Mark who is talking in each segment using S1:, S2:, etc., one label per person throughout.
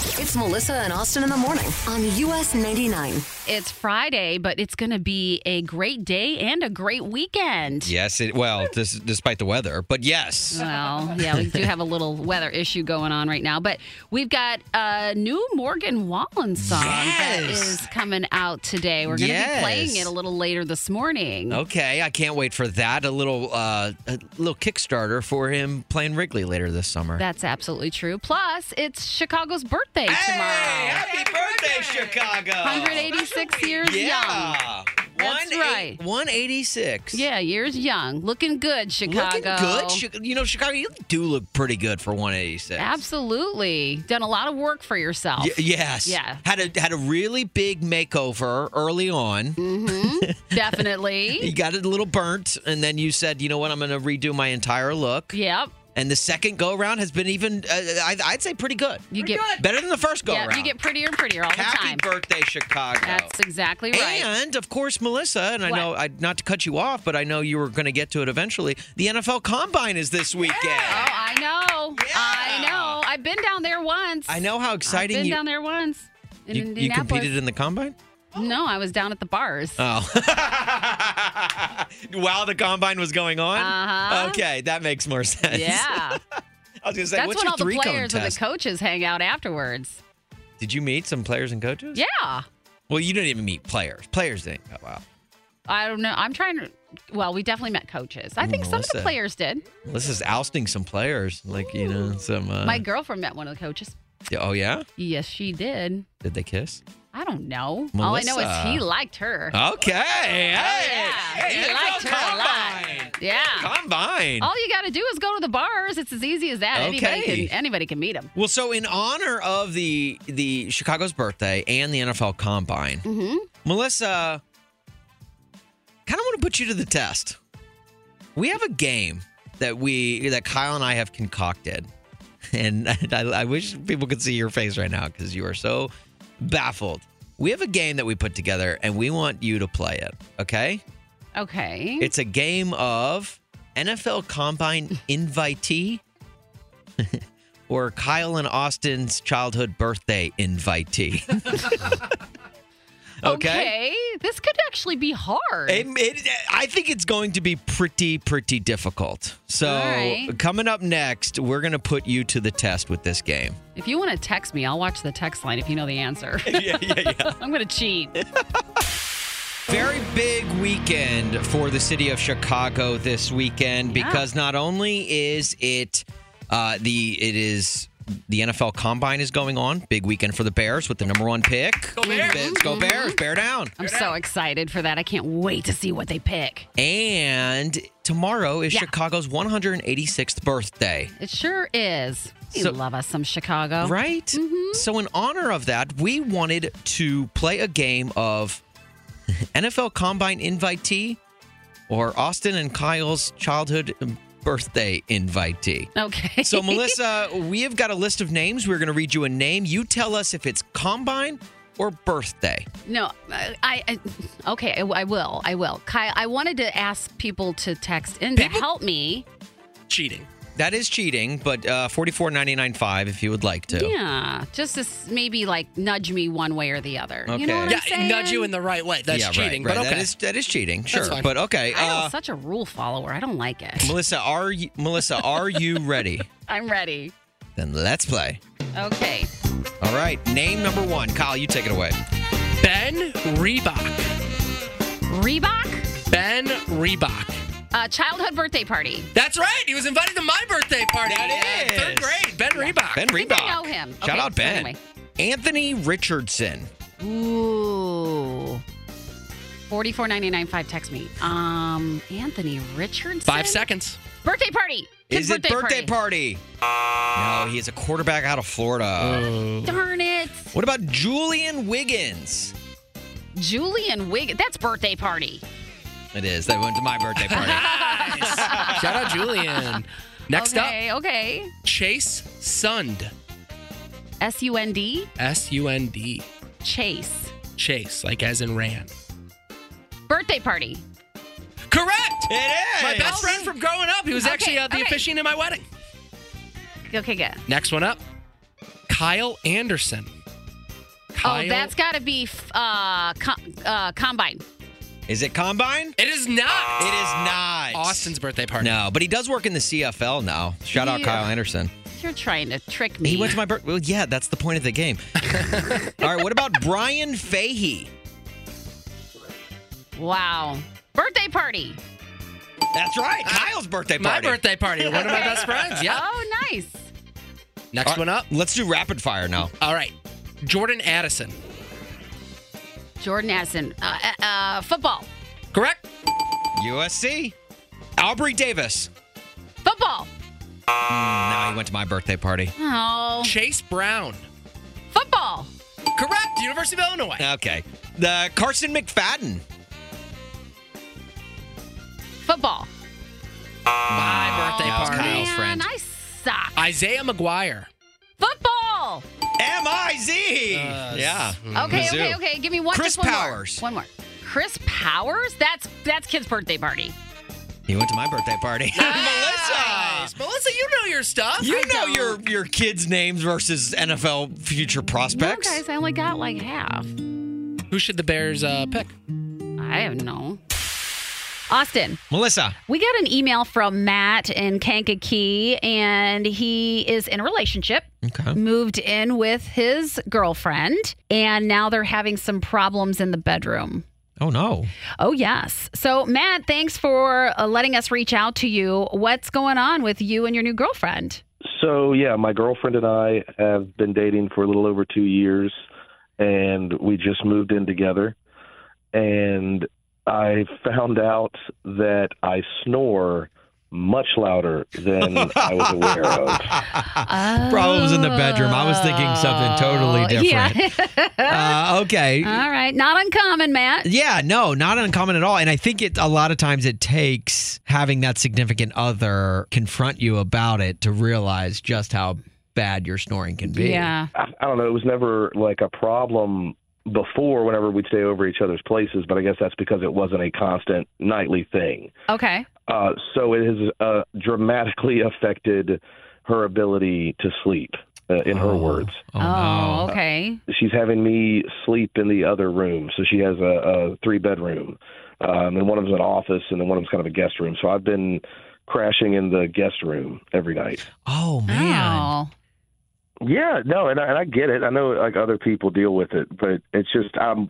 S1: It's Melissa and Austin in the morning on US 99.
S2: It's Friday, but it's going to be a great day and a great weekend.
S3: Yes, it, well, this, despite the weather, but yes.
S2: Well, yeah, we do have a little weather issue going on right now, but we've got a new Morgan Wallen song that
S3: Yes.
S2: is coming out today. We're going to be
S3: Yes. Oh.
S2: playing it a little later this morning.
S3: Okay, I can't wait for that. A little, uh, a little Kickstarter for him playing Wrigley later this summer.
S2: That's absolutely true. Plus, it's Chicago's birthday tomorrow.
S3: happy birthday, Chicago!
S2: 186 years young.
S3: oh, Yeah,
S2: That's right.
S3: One eighty-six.
S2: Yeah, years young. Looking good, Chicago.
S3: looking good. Chi- You know, Chicago, you do look pretty good for one eighty-six.
S2: Absolutely. Done a lot of work for yourself.
S3: Y- yes.
S2: Yeah.
S3: Had a had a really big makeover early on. You
S2: Definitely.
S3: got it a little burnt, and then you said, "You know what? I'm going to redo my entire look."
S2: yep.
S3: And the second go around has been even, uh, I, I'd say, pretty good.
S2: You get
S3: Better than the first go
S2: yeah,
S3: around.
S2: you get prettier and prettier all
S3: Happy
S2: the time.
S3: birthday, Chicago.
S2: That's exactly right.
S3: and of course, Melissa, and I
S2: What?
S3: know I not to cut you off, but I know you were going to get to it eventually. The NFL Combine is this weekend.
S2: Oh, I know.
S3: Yeah.
S2: I know. I've been down there once.
S3: I know how exciting
S2: I've been
S3: you,
S2: down there once in
S3: you, you
S2: Indianapolis.
S3: competed in the Combine.
S2: no, I was down at the bars.
S3: Oh. While the combine was going on?
S2: Uh-huh.
S3: Okay, that makes more sense.
S2: yeah.
S3: I was going to say,
S2: That's
S3: what's
S2: when
S3: your
S2: all the
S3: three-cone
S2: players and the
S3: test?
S2: coaches hang out afterwards.
S3: Did you meet some players and coaches?
S2: Yeah.
S3: Well, you didn't even meet players. Players didn't go out.
S2: I don't know. I'm trying to. Well, we definitely met coaches. I think some of the
S3: Melissa.
S2: players did.
S3: Well, this is ousting some players. Like, you know, some. Uh,
S2: My girlfriend met one of the coaches.
S3: Yeah, Oh, yeah?
S2: Yes, she did.
S3: Did they kiss?
S2: I don't know. All I know
S3: Melissa. Uh,
S2: is he liked her.
S3: Okay. Hey.
S2: Oh, yeah.
S3: Hey,
S2: He
S3: NFL
S2: liked her a lot.
S3: combine.
S2: Yeah.
S3: Combine.
S2: All you got to do is go to the bars. It's as easy as that. Anybody
S3: Okay.
S2: can anybody can meet him.
S3: Well, so in honor of the the Chicago's birthday and the NFL Combine, Melissa, kind of want to put you to the test. We have a game that we that Kyle and I have concocted, and I, I wish people could see your face right now because you are so baffled. We have a game that we put together, and we want you to play it. Okay,
S2: Okay.
S3: it's a game of NFL Combine invitee or Kyle and Austin's childhood birthday invitee.
S2: This could actually be hard.
S3: It, it, I think it's going to be pretty, pretty difficult. So,
S2: All right.
S3: coming up next, we're going to put you to the test with this game.
S2: if you want to text me, I'll watch the text line if you know the answer.
S3: yeah, yeah, yeah.
S2: I'm going to cheat.
S3: Very big weekend for the city of Chicago this weekend
S2: Yeah.
S3: because not only is it uh, the it is the NFL Combine is going on. Big weekend for the Bears with the number one pick. Go Bears! Go Bears! Bear down!
S2: Mm-hmm. I'm so excited for that. I can't wait to see what they pick.
S3: And tomorrow is
S2: Yeah.
S3: Chicago's 186th birthday.
S2: It sure is. We
S3: So-
S2: love us some Chicago.
S3: Right?
S2: Mm-hmm.
S3: So, in honor of that, we wanted to play a game of NFL Combine invitee or Austin and Kyle's childhood birthday invitee.
S2: Okay.
S3: So, Melissa, we have got a list of names. We're going to read you a name. You tell us if it's Combine or birthday.
S2: No, I, I okay, I, I will. I will. Kyle, I wanted to ask people to text in to help me.
S3: Cheating. That is cheating, but uh, forty-four ninety-nine five if you would like to.
S2: Yeah, just to s- maybe like nudge me one way or the other. You
S3: Okay.
S2: know what
S4: Yeah,
S2: I'm saying?
S4: nudge you in the right way. That's
S3: Yeah, right,
S4: cheating,
S3: right.
S4: but okay.
S3: That is that is cheating. Sure,
S4: fine.
S3: but okay.
S2: I
S3: Uh,
S2: am such a rule follower. I don't like it.
S3: Melissa, are you, Melissa, are you ready?
S2: I'm ready.
S3: Then let's play.
S2: Okay.
S3: All right, name number one. Kyle, you take it away.
S4: ben Reebok.
S2: Reebok?
S4: Ben Reebok.
S2: Uh, childhood birthday party.
S5: That's right. He was invited to my birthday party.
S3: That
S5: Yeah, Third
S3: is.
S5: grade. Ben Reebok.
S3: Ben
S2: think I
S3: Reebok.
S2: know him.
S3: Shout
S2: Okay,
S3: out Ben.
S2: anyway.
S3: Anthony Richardson.
S2: Ooh. Forty-four ninety-nine five. Text me. Um, Anthony Richardson.
S5: Five seconds.
S2: Birthday party.
S3: Is
S2: Kid's
S3: it birthday party? No, he is a quarterback out of Florida.
S2: Darn it,
S3: What about Julian Wiggins?
S2: Julian Wig. That's birthday party.
S3: It is. They went to my birthday party.
S5: Shout out Julian. Next
S2: okay, okay.
S5: up, Chase Sund.
S2: S U N D.
S5: S U N D.
S2: Chase.
S5: Chase, like as in ran.
S2: Birthday party.
S5: Correct.
S3: It is.
S5: My best friend from growing up. He was
S2: Okay,
S5: actually uh, the
S2: okay.
S5: officiant at my wedding.
S2: Okay, good.
S5: Next one up, Kyle Anderson. Kyle-
S2: Oh, that's got to be f- uh, com- uh, combine.
S3: Is it combine?
S5: It is not.
S3: It is not.
S5: Austin's birthday party.
S3: No, but he does work in the CFL now. Shout out
S2: Yeah.
S3: Kyle Anderson.
S2: You're trying to trick me.
S3: He went to my birthday. Well, yeah, that's the point of the game. All right, what about Brian Fahey?
S2: wow. Birthday party.
S3: That's right. Kyle's birthday
S5: My
S3: party.
S5: birthday party. One of my best friends. Yeah.
S2: Oh, nice.
S5: Next
S3: All
S5: one up.
S3: right, Let's do rapid fire now.
S5: All right. Jordan Addison.
S2: Jordan Addison. Uh, uh, uh, football.
S5: Correct?
S3: USC. Aubrey Davis.
S2: Football.
S3: No, he went to my birthday party.
S2: Oh,
S5: Chase Brown.
S2: football.
S5: Correct. University of Illinois.
S3: Okay. The Carson McFadden.
S2: Football. Oh,
S5: my birthday
S3: that was
S5: party.
S3: Kyle's
S2: Man,
S3: friend.
S2: I suck.
S5: Isaiah McGuire.
S2: football.
S3: M I Z. Yeah. Mm-hmm.
S2: Okay,
S3: Mizzou.
S2: okay, okay. Give me one.
S3: Chris
S2: just one
S3: Powers.
S2: More. One more. Chris Powers. That's that's kid's birthday party.
S3: He went to my birthday party.
S2: Ah.
S3: Melissa.
S5: Melissa, you know your stuff.
S3: You know your your kids' names versus NFL future
S2: No,
S3: prospects.
S2: guys, I only got like half.
S5: Who should the Bears uh, pick?
S2: I don't know. Austin,
S3: Melissa.
S2: we got an email from Matt in Kankakee, and he is in a relationship.
S3: Okay.
S2: Moved in with his girlfriend, and now they're having some problems in the bedroom.
S3: Oh no.
S2: Oh, yes. So, Matt, thanks for uh, letting us reach out to you. What's going on with you and your new girlfriend?
S4: So yeah, my girlfriend and I have been dating for a little over two years, and we just moved in together. And I found out that I snore much louder than I was aware of.
S3: Problems in the bedroom. I was thinking something totally different.
S2: Oh, Yeah.
S3: Uh, okay.
S2: All right. Not uncommon, Matt.
S3: Yeah, no, not uncommon at all. And I think it a lot of times it takes having that significant other confront you about it to realize just how bad your snoring can be.
S2: Yeah.
S4: I I don't know. It was never like a problem before whenever we'd stay over each other's places, but I guess that's because it wasn't a constant nightly thing.
S2: Okay.
S4: Uh, so it has uh, dramatically affected her ability to sleep, uh, in her
S3: Oh.
S4: words.
S3: Oh,
S2: oh,
S3: no.
S2: okay.
S4: She's having me sleep in the other room. So she has a, a three bedroom, um, and one of them's an office, and then one of them's kind of a guest room. So I've been crashing in the guest room every night.
S3: Oh man.
S2: Oh.
S4: Yeah, no, and I, and I get it. I know like other people deal with it, but it's just um,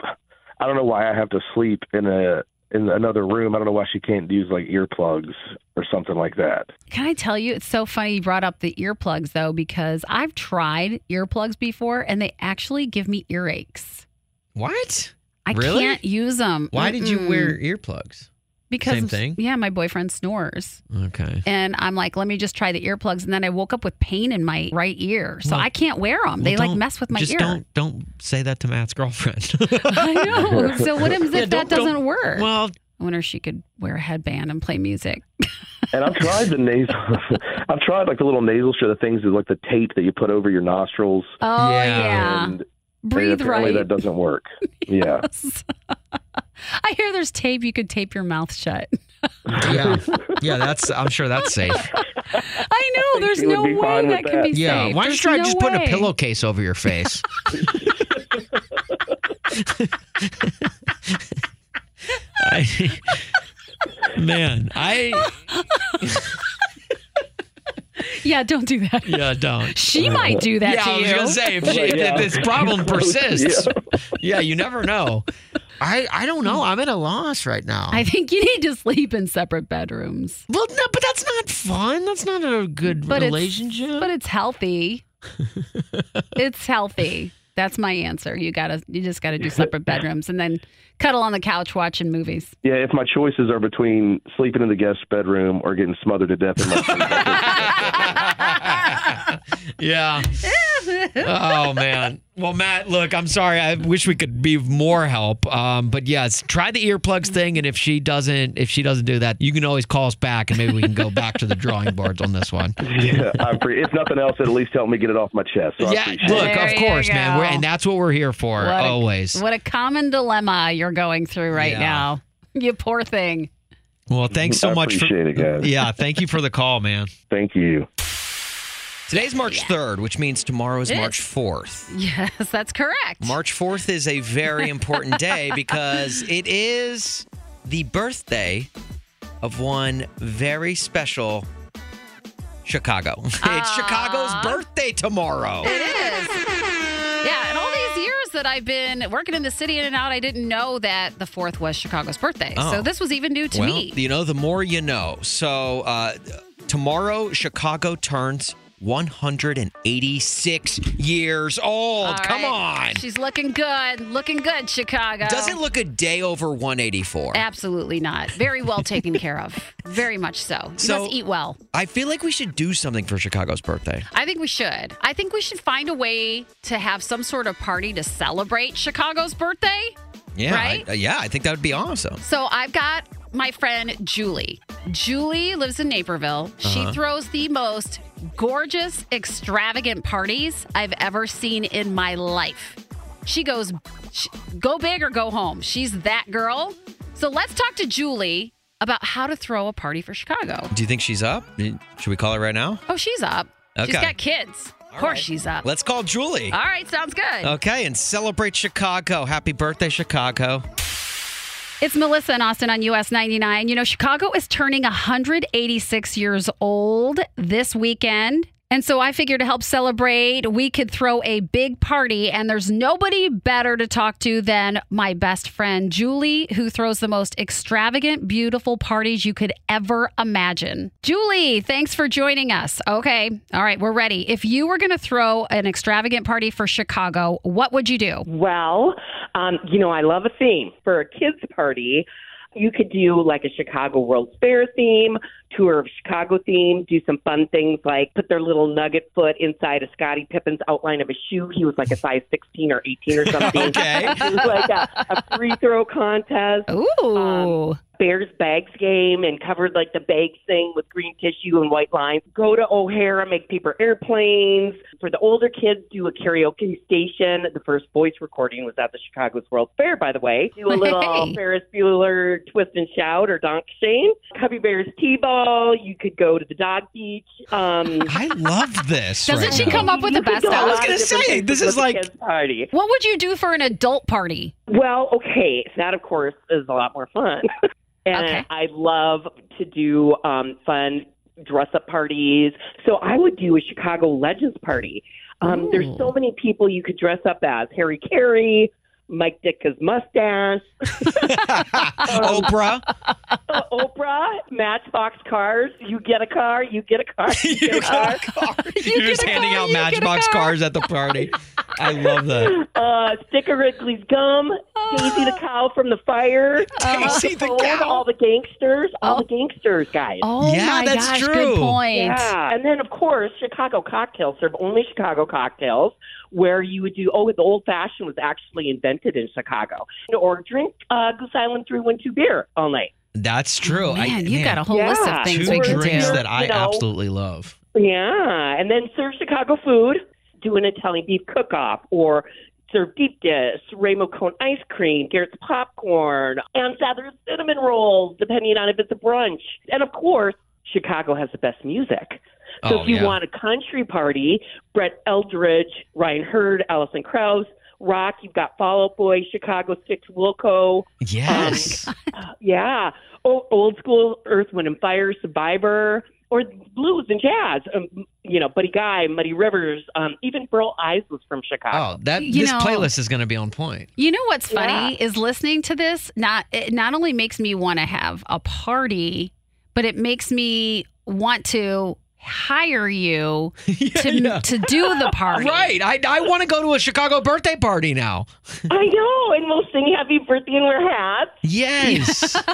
S4: I don't know why I have to sleep in a in another room. I don't know why she can't use like earplugs or something like that.
S2: Can I tell you, it's so funny you brought up the earplugs, though, because I've tried earplugs before and they actually give me earaches.
S3: What?
S2: I
S3: Really?
S2: can't use them.
S3: Why did you
S2: Mm-mm.
S3: wear earplugs?
S2: Because
S3: same
S2: of-
S3: thing?
S2: Yeah, my boyfriend snores.
S3: Okay.
S2: And I'm like, let me just try the earplugs. And then I woke up with pain in my right ear. So
S3: Well-
S2: I can't wear them. Um, they
S3: Well,
S2: like
S3: don't-
S2: mess with my
S3: just
S2: ear.
S3: don't don't say that to Matt's girlfriend.
S2: I know. So what if
S3: Yeah,
S2: if that
S3: don't- don't-
S2: doesn't work?
S3: well,
S2: I wonder if she could wear a headband and play music.
S4: And I've tried the nasal. I've tried like the little nasal the things that like the tape that you put over your nostrils.
S2: Oh
S3: Yeah.
S2: yeah.
S4: And
S2: Breathe
S4: apparently that
S2: right.
S4: doesn't work. yeah.
S2: I hear there's tape you could tape your mouth shut.
S3: yeah. Yeah, that's I'm sure that's safe.
S2: I know there's
S4: you would
S2: no
S4: be
S2: way
S4: fine
S2: that
S4: with
S2: can be
S4: that.
S3: Yeah.
S2: safe.
S3: Why don't you
S2: There's
S3: try
S2: no
S3: just putting a
S2: way.
S3: pillowcase over your face? I- man, I
S2: Yeah, don't do that.
S3: yeah don't.
S2: She might do that
S3: yeah,
S2: to
S3: I was
S2: you.
S3: gonna say if, she,
S4: Right,
S3: if
S4: yeah.
S3: this problem persists, yeah.
S4: Yeah.
S3: you never know. I, I don't know. I'm at a loss right now.
S2: I think you need to sleep in separate bedrooms.
S3: well, no, but that's not fun. That's not a good
S2: But it's-
S3: relationship.
S2: But it's healthy. it's healthy. That's my answer. You gotta, you just gotta do separate bedrooms and then cuddle on the couch watching movies.
S4: Yeah, if my choices are between sleeping in the guest bedroom or getting smothered to death in my sleep, I'll take
S3: yeah. oh man. Well, Matt, look, I'm sorry. I wish we could be of more help. Um, but yes, try the earplugs thing, and if she doesn't, if she doesn't do that, you can always call us back, and maybe we can go back to the drawing boards on this one.
S4: yeah, I appre if nothing else, it at least helped me get it off my chest. So I
S3: Yeah,
S4: appreciate
S3: look,
S4: it.
S2: There
S3: of
S2: you
S3: course, man,
S2: go.
S3: We're, and that's what we're here for,
S2: What a-
S3: always.
S2: What a common dilemma you're going through right
S3: Yeah.
S2: now. You poor thing.
S3: well, thanks so
S4: I
S3: much.
S4: appreciate
S3: for,
S4: it, guys.
S3: Yeah, thank you for the call, man.
S4: Thank you.
S3: Today's March 3rd, which means tomorrow is March 4th.
S2: Yes, that's correct.
S3: March 4th is a very important day because it is the birthday of one very special Chicago. it's Chicago's birthday tomorrow.
S2: Yeah, and all these years that I've been working in the city in and out, I didn't know that the fourth was Chicago's birthday.
S3: Oh.
S2: So this was even new to
S3: well,
S2: me.
S3: you know, the more you know. So uh, tomorrow, Chicago turns 186 years old.
S2: All
S3: Come
S2: right.
S3: on.
S2: She's looking good. Looking good, Chicago.
S3: Doesn't look a day over 184.
S2: Absolutely not. Very well taken care of. Very much so. You
S3: So-
S2: must eat well.
S3: I feel like we should do something for Chicago's birthday.
S2: I think we should. I think we should find a way to have some sort of party to celebrate Chicago's birthday.
S3: Yeah,
S2: Right?
S3: I, yeah, I think that would be awesome.
S2: So I've got my friend Julie. Julie lives in Naperville. She throws the most gorgeous, extravagant parties I've ever seen in my life. She goes, sh- go big or go home. She's that girl. So let's talk to Julie about how to throw a party for Chicago.
S3: Do you think she's up? Should we call her right now?
S2: Oh, she's up. She's
S3: Okay.
S2: got kids. Of course, she's up.
S3: Let's call Julie.
S2: All right, sounds good.
S3: Okay, and celebrate Chicago. Happy birthday, Chicago.
S2: It's Melissa in Austin on US 99. You know, Chicago is turning 186 years old this weekend. And so I figured to help celebrate, we could throw a big party. And there's nobody better to talk to than my best friend, Julie, who throws the most extravagant, beautiful parties you could ever imagine. Julie, thanks for joining us. Okay. All right. We're ready. If you were going to throw an extravagant party for Chicago, what would you do?
S6: Well, um, you know, I love a theme for a kids' party. You could do like a Chicago World's Fair theme, tour of Chicago theme, do some fun things like put their little nugget foot inside of Scottie Pippen's outline of a shoe. He was like a size 16 or 18 or something.
S3: Okay.
S6: It was like a, a free throw contest,
S2: Ooh.
S6: Bears bags game, and covered like the bag thing with green tissue and white lines. Go to O'Hara, make paper airplanes. For the older kids, do a karaoke station. The first voice recording was at the Chicago's World Fair, by the way. Do a little
S2: Hey.
S6: Ferris Bueller twist and shout or Donk Shane. Cubby Bears T-ball. You could go to the dog beach. Um,
S3: I love this.
S2: Doesn't
S3: right
S2: she
S3: now.
S2: come up with the best?
S6: go a
S3: I
S2: outfit?
S3: was
S6: lot of
S3: gonna
S6: different
S3: say,
S6: places
S3: this is
S6: with the
S3: like-
S6: kids' party.
S2: What would you do for an adult party?
S6: Well, okay, so that of course is a lot more fun. and
S2: Okay.
S6: I love to do um, fun dress up parties. So I would do a Chicago Legends party. Um, There's so many people you could dress up as Harry Carey, Mike Ditka's mustache,
S2: Oh.
S3: Oprah?
S6: uh, Oprah, Matchbox cars. You get a car, you get a car, you get a car.
S3: You're just handing out Matchbox cars at the party. I love that.
S6: Uh, Sticker Wrigley's gum, Daisy the cow from the fire.
S3: Daisy the
S6: Old,
S3: cow. Oh.
S6: All the gangsters, all the gangsters, guys.
S2: Oh
S3: Yeah,
S2: my
S3: that's
S2: gosh,
S3: true.
S2: good point.
S6: Yeah. And then, of course, Chicago cocktails serve only Chicago cocktails where you would do, oh, the old fashioned was actually invented in Chicago. Or drink uh, Goose Island 312 beer all night.
S3: That's true. I-
S2: Man, you
S3: man,
S2: got a whole
S6: Yeah.
S2: list of
S3: two
S2: things we could do.
S3: drinks
S6: do.
S3: that I
S6: You know.
S3: absolutely love.
S6: Yeah. And then serve Chicago food, do an Italian beef cook off or serve deep dish, Raymo cone ice cream, Garrett's popcorn, and Sather's cinnamon rolls, depending on if it's a brunch. And of course, Chicago has the best music. So
S3: Oh,
S6: if you
S3: yeah.
S6: want a country party, Brett Eldridge, Ryan Hurd, Allison Krauss, rock, you've got Fall Out Boy, Chicago Six, Wilco.
S3: Yes.
S6: Yeah. Oh, old school Earth, Wind, and Fire, Survivor. or blues and jazz. Um, you know, Buddy Guy, Muddy Rivers, um, even Burl Ives was from Chicago.
S3: Oh, that
S2: You
S3: this
S2: know-
S3: playlist is going to be on point.
S2: You know what's funny is listening to this not it not only makes me want to have a party, but it makes me want to hire you to to do the party.
S3: Right. I, I want to go to a Chicago birthday party now.
S6: I know, and we'll sing Happy Birthday and wear hats.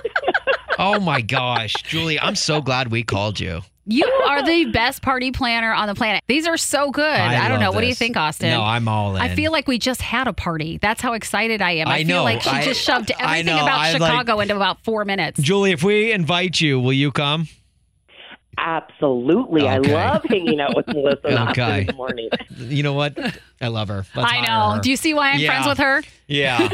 S3: Yes. oh my gosh, Julie, I'm so glad we called you.
S2: You are the best party planner on the planet. These are so good. I, don't
S3: love
S2: know. What do you
S3: this.
S2: think, Austin?
S3: No, I'm all in.
S2: I feel like we just had a party. That's how excited I am. I,
S3: I
S2: feel
S3: know.
S2: like she
S3: I-
S2: just shoved
S3: I
S2: everything
S3: know.
S2: about
S3: I like-
S2: Chicago into about four minutes.
S3: Julie, if we invite you, will you come?
S6: Absolutely, I
S3: Okay.
S6: love hanging out with Melissa and Austin
S3: Okay.
S6: in the morning.
S3: You know what? I love her. Let's
S2: I
S3: hire
S2: know.
S3: her.
S2: Do you see why I'm
S3: Yeah.
S2: friends with her?
S3: Yeah.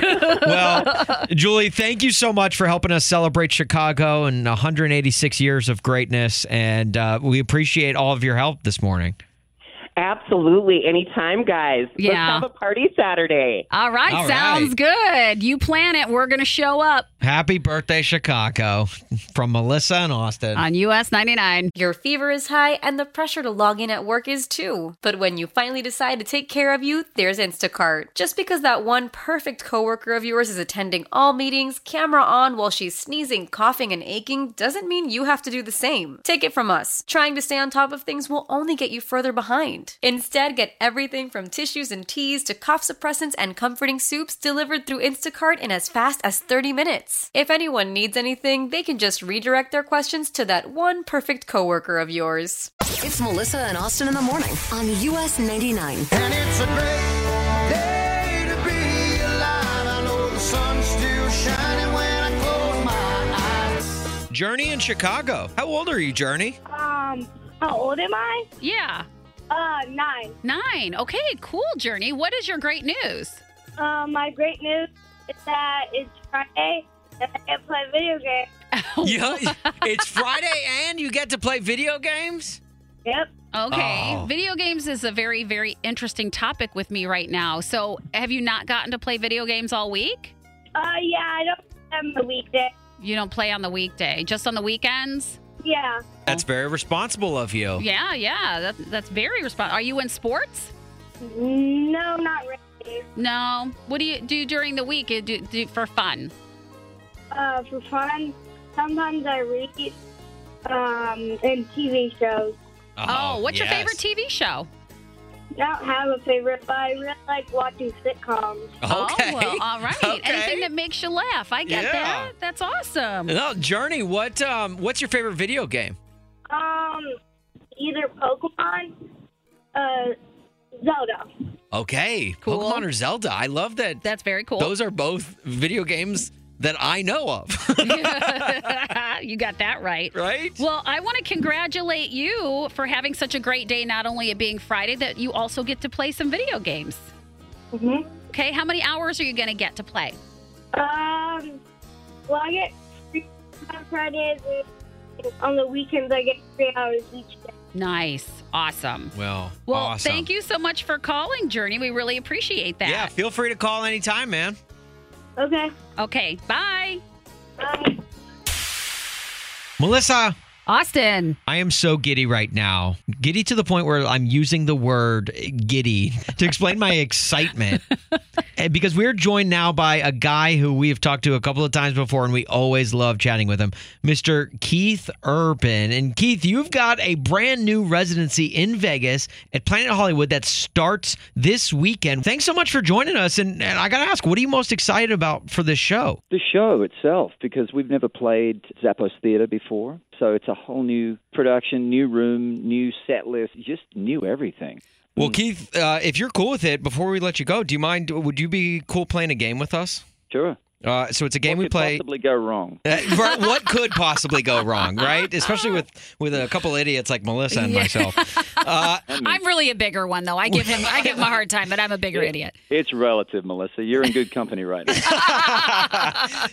S3: Well, Julie, thank you so much for helping us celebrate Chicago and 186 years of greatness. And uh, we appreciate all of your help this morning.
S6: Absolutely, anytime, guys. Let's
S2: Yeah.
S6: have a party Saturday.
S2: All right,
S3: All
S2: sounds good. You plan it. We're going to show up
S3: Happy birthday, Chicago, from Melissa and Austin.
S2: on US 99.
S7: Your fever is high and the pressure to log in at work is too. But when you finally decide to take care of you, there's Instacart. Just because that one perfect coworker of yours is attending all meetings, camera on while she's sneezing, coughing, and aching, doesn't mean you have to do the same. Take it from us. Trying to stay on top of things will only get you further behind. Instead, get everything from tissues and teas to cough suppressants and comforting soups delivered through Instacart in as fast as 30 minutes. If anyone needs anything, they can just redirect their questions to that one perfect coworker of yours.
S1: It's Melissa and Austin in the morning on US 99.
S8: And it's a great day to be alive. I know the sun's still shining when I close my eyes.
S3: Journey in Chicago. How old are you, Journey?
S9: Um, how old am I?
S2: Yeah.
S9: Uh, nine.
S2: Nine. Okay, cool, Journey. What is your great news?
S9: Um, my great news is that it's Friday and I can play video games.
S2: Oh.
S3: yeah. It's Friday and you get to play video games?
S9: Yep.
S2: Okay.
S3: Oh.
S2: Video games is a very, very interesting topic with me right now. So, have you not gotten to play video games all week?
S9: Uh, yeah, I don't have a weekday.
S2: You don't play on the weekday, just on the weekends?
S9: Yeah.
S3: That's very responsible of you.
S2: Oh. Yeah, yeah. That, that's very responsible. Are you in sports?
S9: No, not really.
S2: No. What do you do during the week? You Do, do for fun?
S9: Uh, for fun, sometimes I read, um, and TV shows.
S2: Oh, what's your favorite
S3: yes.
S2: TV show?
S9: Don't have a favorite, but I really like watching sitcoms.
S3: Okay.
S2: Oh, well, all right.
S3: Okay.
S2: Anything that makes you laugh. I get
S3: Yeah.
S2: that. That's awesome.
S3: No, Journey, what um what's your favorite video game?
S9: Um, either Pokemon, uh, Zelda.
S3: Okay.
S2: Cool.
S3: Pokemon or Zelda. I love that
S2: That's very cool.
S3: those are both video games that I know of.
S2: you got that right.
S3: right?
S2: Well, I want to congratulate you for having such a great day, not only it being Friday, that you also get to play some video games.
S9: Mm-hmm.
S2: Okay, how many hours are you going to get to play?
S9: Um, well, I get three hours on Fridays, and on the weekends I get three hours each day.
S2: Nice. Awesome.
S3: Well,
S2: Well,
S3: awesome.
S2: thank you so much for calling, Journey. We really appreciate that.
S3: Yeah, feel free to call anytime, man.
S9: Okay.
S2: Okay, bye.
S9: Bye.
S3: Melissa,
S2: Austin.
S3: I am so giddy right now. Giddy to the point where I'm using the word giddy to explain my excitement. And because we're joined now by a guy who we have talked to a couple of times before and we always love chatting with him, Mr. Keith Urban. And Keith, you've got a brand new residency in Vegas at Planet Hollywood that starts this weekend. Thanks so much for joining us. And, and I got to ask, what are you most excited about for this show?
S10: the show itself because we've never played Zappos Theater before. So it's a whole new production, new room, new set list, just new everything.
S3: Well, Keith, uh, if you're cool with it, before we let you go, do you mind? Would you be cool playing a game with us?
S10: Sure.
S3: Uh, so it's a game
S10: what
S3: we
S10: could
S3: play.
S10: possibly go wrong?
S3: Uh, right, what could possibly go wrong, right? Especially with with a couple idiots like Melissa and myself. Uh,
S2: I'm really a bigger one though. I give him I give him a hard time, but I'm a bigger idiot.
S10: It's relative, Melissa. You're in good company right now.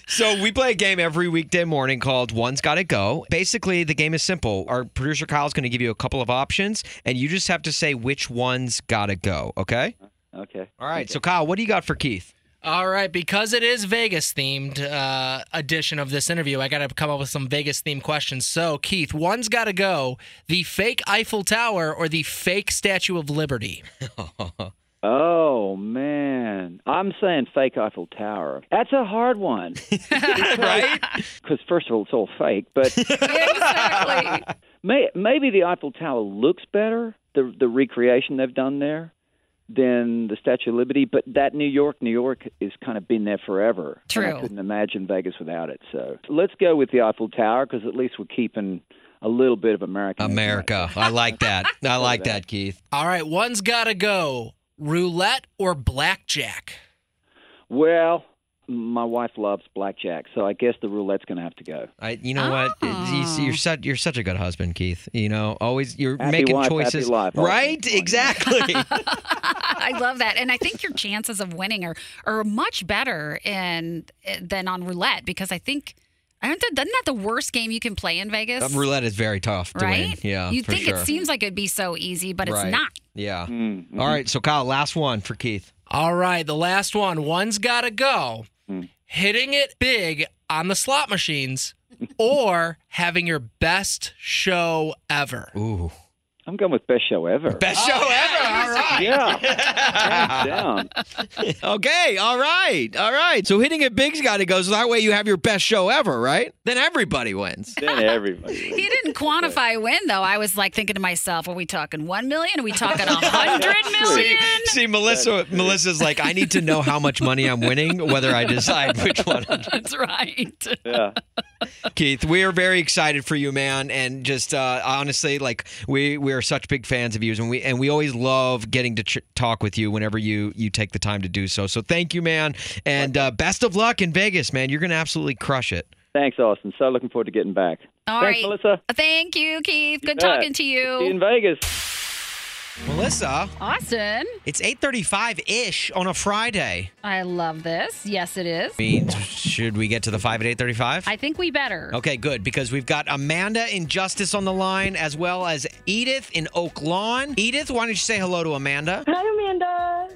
S3: so we play a game every weekday morning called One's Gotta Go. Basically, the game is simple. Our producer Kyle's going to give you a couple of options, and you just have to say which one's gotta go. Okay.
S10: okay.
S3: All right. So Kyle, what do you got for Keith?
S5: All right, because it is Vegas themed uh, edition of this interview, I got to come up with some Vegas themed questions. So, Keith, one's got to go: the fake Eiffel Tower or the fake Statue of Liberty?
S10: Oh man, I'm saying fake Eiffel Tower. That's a hard one, right? Because first of all, it's all fake, but may, maybe the Eiffel Tower looks better, the the recreation they've done there, than the Statue of Liberty. But that New York, New York, is kind of been there forever. and
S2: True.
S10: I couldn't imagine Vegas without it. So let's go with the Eiffel Tower because at least we're keeping a little bit of American.
S3: America. I like that. I like that, Keith.
S5: All right, one's got to go: roulette or blackjack?
S10: Well, my wife loves blackjack, so I guess the roulette's going to have to go.
S3: I, you know what? You-
S2: Ah.
S3: You're such you're such a good husband, Keith. You know, always you're
S10: Happy
S3: making
S10: wife, happy
S3: choices,
S10: life.
S3: right? Exactly. Um,
S2: I love that, and I think your chances of winning are are much better in than on roulette because I think I don't. Isn't that the worst game you can play in Vegas?
S3: Uh, Roulette is very tough to
S2: right?
S3: win. Yeah,
S2: You
S3: for
S2: think
S3: sure.
S2: it seems like it'd be so easy, but
S3: Right.
S2: it's not.
S3: Yeah.
S10: Mm-hmm. Hmm.
S3: All right, so Kyle, last one for Keith.
S5: All right, the last one. One's got to go: hitting it big on the slot machines, or having your best show ever.
S3: Ooh.
S10: I'm going with best show ever.
S2: Oh,
S3: Best show ever. All right.
S10: down.
S3: okay. All right. All right. So hitting it big's got to go. So that way you have your best show ever, right? Then everybody wins.
S10: Then everybody.
S2: He didn't quantify when though. I was like thinking to myself, are we talking one million? Are we talking a hundred million?
S3: See, Melissa. Melissa's like, I need to know how much money I'm winning, whether I decide which one.
S2: That's right.
S10: Yeah.
S3: Keith, we are very excited for you, man, and just uh, honestly, like we we are such big fans of yours, and we and we always love getting to ch- talk with you whenever you you take the time to do so. So thank you, man, and uh, best of luck in Vegas, man. You're gonna absolutely crush it.
S10: Thanks, Austin. So looking forward to getting back.
S2: All right,
S10: Thanks, Melissa.
S2: Thank you, Keith. Good
S10: bet.
S2: talking to
S10: See you in
S2: you,
S10: Vegas.
S3: Melissa,
S2: Austin.
S3: it's eight thirty-five ish on a Friday.
S2: I love this. Yes, it is.
S3: Means should we get to the five at eight thirty-five?
S2: I think we better.
S3: Okay, good, because we've got Amanda in Justice on the line, as well as Edith in Oak Lawn. Edith, why don't you say hello to Amanda?
S2: Hi, Amanda.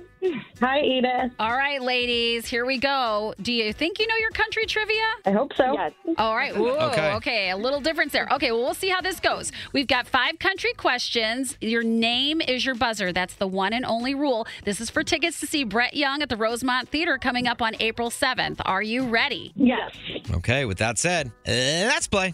S2: Hi, Edith. All right, ladies, here we go. Do you think you know your country trivia? I hope so. All right. Whoa,
S11: Okay.
S2: okay. A little difference there. Okay. Well, we'll see how this goes. We've got five country questions. Your name is your buzzer. That's the one and only rule. This is for tickets to see Brett Young at the Rosemont Theater coming up on April 7th. Are you ready? Yes.
S3: Okay, with that said, let's play.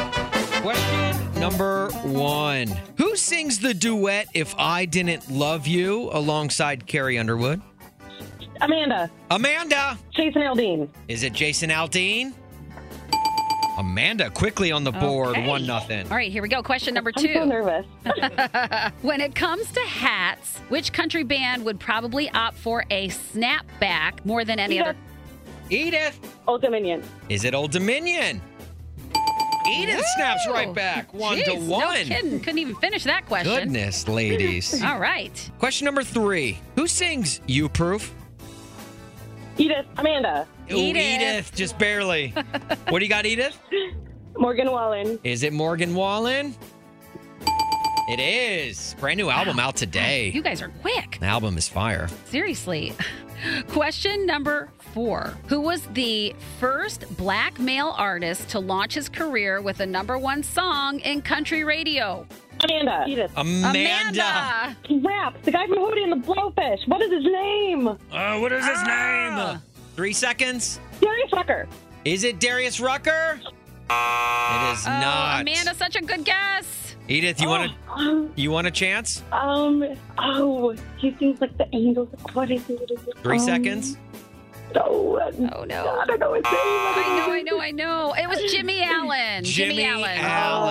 S3: Question number one Who sings the duet If I Didn't Love You alongside Carrie Underwood?
S11: Amanda.
S3: Amanda.
S11: Jason Aldean.
S3: Is it Jason Aldean? Amanda quickly on the board,
S2: Okay.
S3: one nothing.
S2: All right. Here we go. Question number
S11: I'm
S2: two.
S11: so nervous.
S2: when it comes to hats, which country band would probably opt for a snapback more than any other?
S3: Edith.
S11: Old Dominion.
S3: Is it Old Dominion? Edith snaps right back, one to
S2: Jeez,
S3: one.
S2: No kidding. Couldn't even finish that question.
S3: Goodness, ladies.
S2: All right.
S3: Question number three Who sings You Proof?
S11: Edith. Amanda.
S3: Ooh, Edith, just barely. what do you got, Edith?
S11: Morgan Wallen.
S3: Is it Morgan Wallen? It is. Brand new album out today.
S2: You guys are quick.
S3: The album is fire.
S2: Seriously. Question number four Who was the first black male artist to launch his career with a number one song in country radio?
S11: Amanda. Edith.
S3: Amanda.
S11: Rap. The guy from Hootie and the Blowfish. What is his name?
S3: Oh, what is his
S2: Ah.
S3: name? Three seconds.
S11: Darius Rucker.
S3: Is it Darius Rucker? It is
S2: Oh,
S3: not.
S2: Amanda, Oh. such a good guess.
S3: Edith, you want a you want a chance?
S11: Um. Oh, he sings like the angels. What is it?
S3: Three
S11: Um,
S3: seconds.
S11: No.
S2: Oh no.
S11: um, I don't know his name.
S2: I know, I know, I know. It was Jimmy Allen. Jimmy, Allen.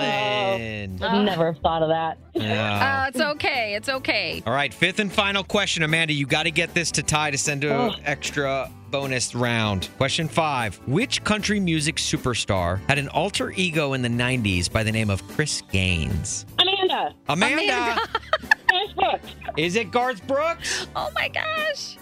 S3: Allen.
S2: I'd never
S11: have thought of that.
S3: Yeah.
S2: Uh, it's okay. It's okay.
S3: All right, fifth and final question, Amanda. You got to get this to tie to send to
S2: Oh.
S3: extra bonus round. Question five: Which country music superstar had an alter ego in the '90s by the name of Chris Gaines?
S11: Amanda.
S3: Amanda,
S11: Garth Brooks.
S3: is it Garth Brooks?
S2: Oh my gosh.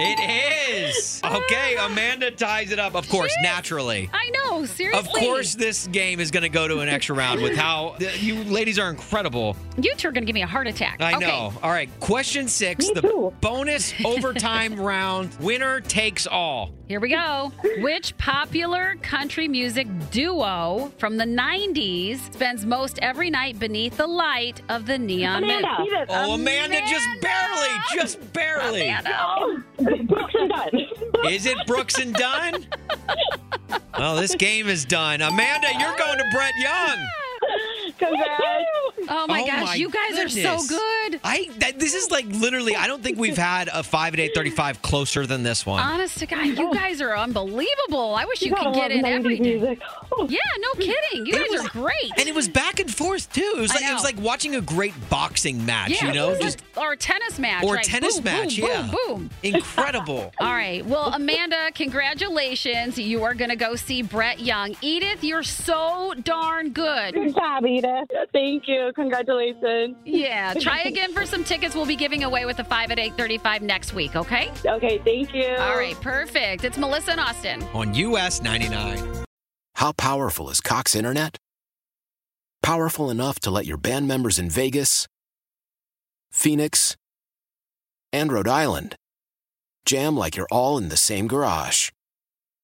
S3: It is. Okay, Amanda ties it up, of course, naturally.
S2: I know, seriously.
S3: Of course, this game is going to go to an extra round with how you ladies are incredible.
S2: You two are going to give me a heart attack.
S3: I
S2: Okay.
S3: know. All right, question six, the bonus overtime round. Winner takes all.
S2: Here we go. Which popular country music duo from the 90s spends most every night beneath the light of the neon
S3: Amanda.
S2: moon?
S3: Oh, Amanda, just barely, just barely.
S2: Amanda.
S3: Is it Brooks and Dunn? Well, this game is done. Amanda, you're going to Brett Young.
S2: Oh my
S3: Oh
S2: gosh,
S3: my
S2: you guys are so
S3: goodness.
S2: good.
S3: I that, this is like literally. I don't think we've had a five and eight thirty-five closer than this one.
S2: Honest to God, you guys are unbelievable. I wish you,
S3: You
S2: could
S3: gotta
S2: get
S3: love
S2: in every
S3: 90s
S2: day. Yeah, no kidding. You
S3: It
S2: guys
S3: was-
S2: are great.
S3: And it was back and forth too. It was
S2: I
S3: like it was
S2: know.
S3: like watching a great boxing match.
S2: yeah,
S3: you know,
S2: it was
S3: just
S2: a- or a tennis match
S3: or
S2: like,
S3: tennis
S2: boom,
S3: match.
S2: Boom,
S3: yeah,
S2: boom, boom.
S3: incredible.
S2: All right. Well, Amanda, congratulations. You are going to go see Brett Young. Edith, you're so darn good.
S11: Good job, Edith. Thank you. Congratulations.
S2: Yeah. Try again for some tickets. We'll be giving away with the 5 at 835 next week, okay?
S11: Okay, thank you.
S6: Oh.
S2: All right, perfect. It's Melissa and Austin.
S3: on US 99.
S12: How powerful is Cox Internet? Powerful enough to let your band members in Vegas, Phoenix, and Rhode Island jam like you're all in the same garage.